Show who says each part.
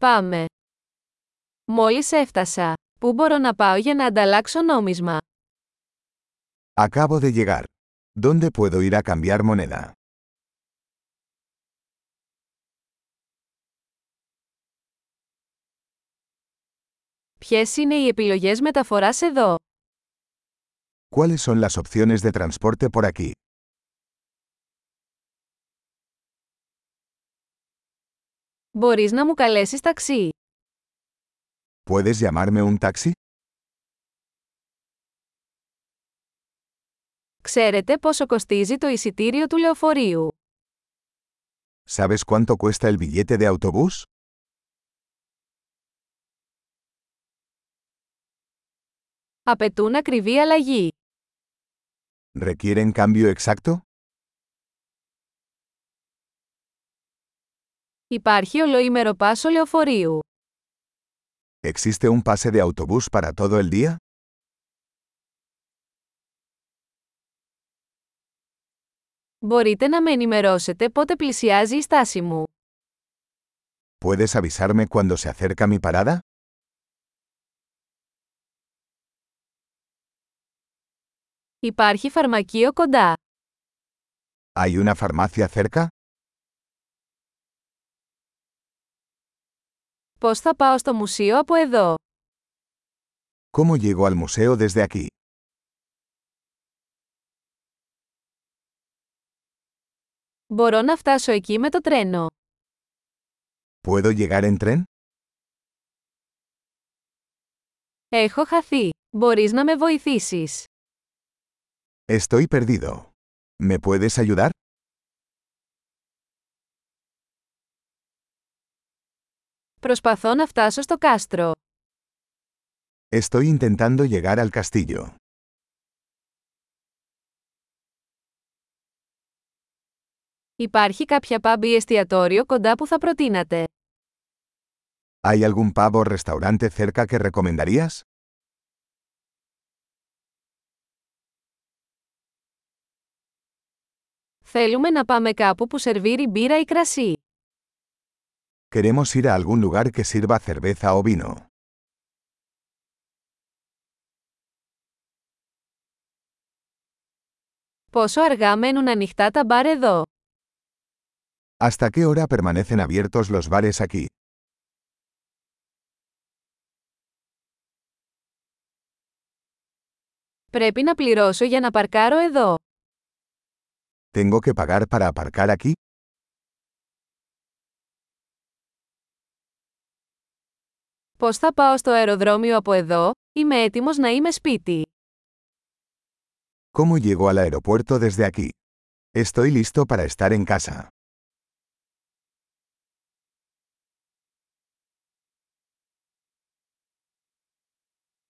Speaker 1: Πάμε. Μόλις έφτασα. Πού μπορώ να πάω για να ανταλλάξω νόμισμα.
Speaker 2: Acabo de llegar. ¿Dónde puedo ir a cambiar moneda?
Speaker 1: Ποιες είναι οι επιλογές μεταφοράς εδώ.
Speaker 2: ¿Cuáles son las opciones de transporte por aquí?
Speaker 1: Μπορείς να μου καλέσεις ταξί.
Speaker 2: ¿Puedes llamarme un taxi?
Speaker 1: Ξέρετε πόσο κοστίζει το εισιτήριο του λεωφορείου.
Speaker 2: ¿Sabes cuánto cuesta el billete de autobús?
Speaker 1: Απαιτούν ακριβή αλλαγή.
Speaker 2: ¿Requieren cambio exacto?
Speaker 1: Υπάρχει ολοήμερο πάσο λεωφορείου.
Speaker 2: ¿Existe un pase de autobús para todo el día?
Speaker 1: Μπορείτε να με ενημερώσετε πότε πλησιάζει η στάση μου.
Speaker 2: ¿Puedes avisarme cuando se acerca mi parada?
Speaker 1: Υπάρχει φαρμακείο κοντά.
Speaker 2: ¿Hay una farmacia cerca?
Speaker 1: Πώς θα πάω στο μουσείο από εδώ.
Speaker 2: ¿Cómo llego al museo desde aquí?
Speaker 1: Μπορώ να φτάσω εκεί με το τρένο.
Speaker 2: ¿Puedo llegar en tren?
Speaker 1: Έχω χαθεί. Μπορείς να με βοηθήσεις.
Speaker 2: Estoy perdido. ¿Me puedes ayudar?
Speaker 1: Προσπαθώ να φτάσω στο κάστρο.
Speaker 2: Estoy intentando llegar al castillo.
Speaker 1: Υπάρχει κάποια pub ή εστιατόριο κοντά που θα προτείνατε.
Speaker 2: ¿Hay algún pavo restaurante cerca que recomendarías?
Speaker 1: Θέλουμε να πάμε κάπου που σερβίρει μπύρα ή κρασί.
Speaker 2: Queremos ir a algún lugar que sirva cerveza o vino.
Speaker 1: Πόσο αργά μένουν ανοιχτά τα μπαρ εδώ.
Speaker 2: ¿Hasta qué hora permanecen abiertos los bares aquí?
Speaker 1: Πρέπει να πληρώσω για να παρκάρω εδώ.
Speaker 2: ¿Tengo que pagar para aparcar aquí?
Speaker 1: Πώς θα πάω στο αεροδρόμιο από εδώ, είμαι έτοιμος να είμαι σπίτι.
Speaker 2: ¿Cómo llego al aeropuerto desde aquí? Estoy listo para estar en casa.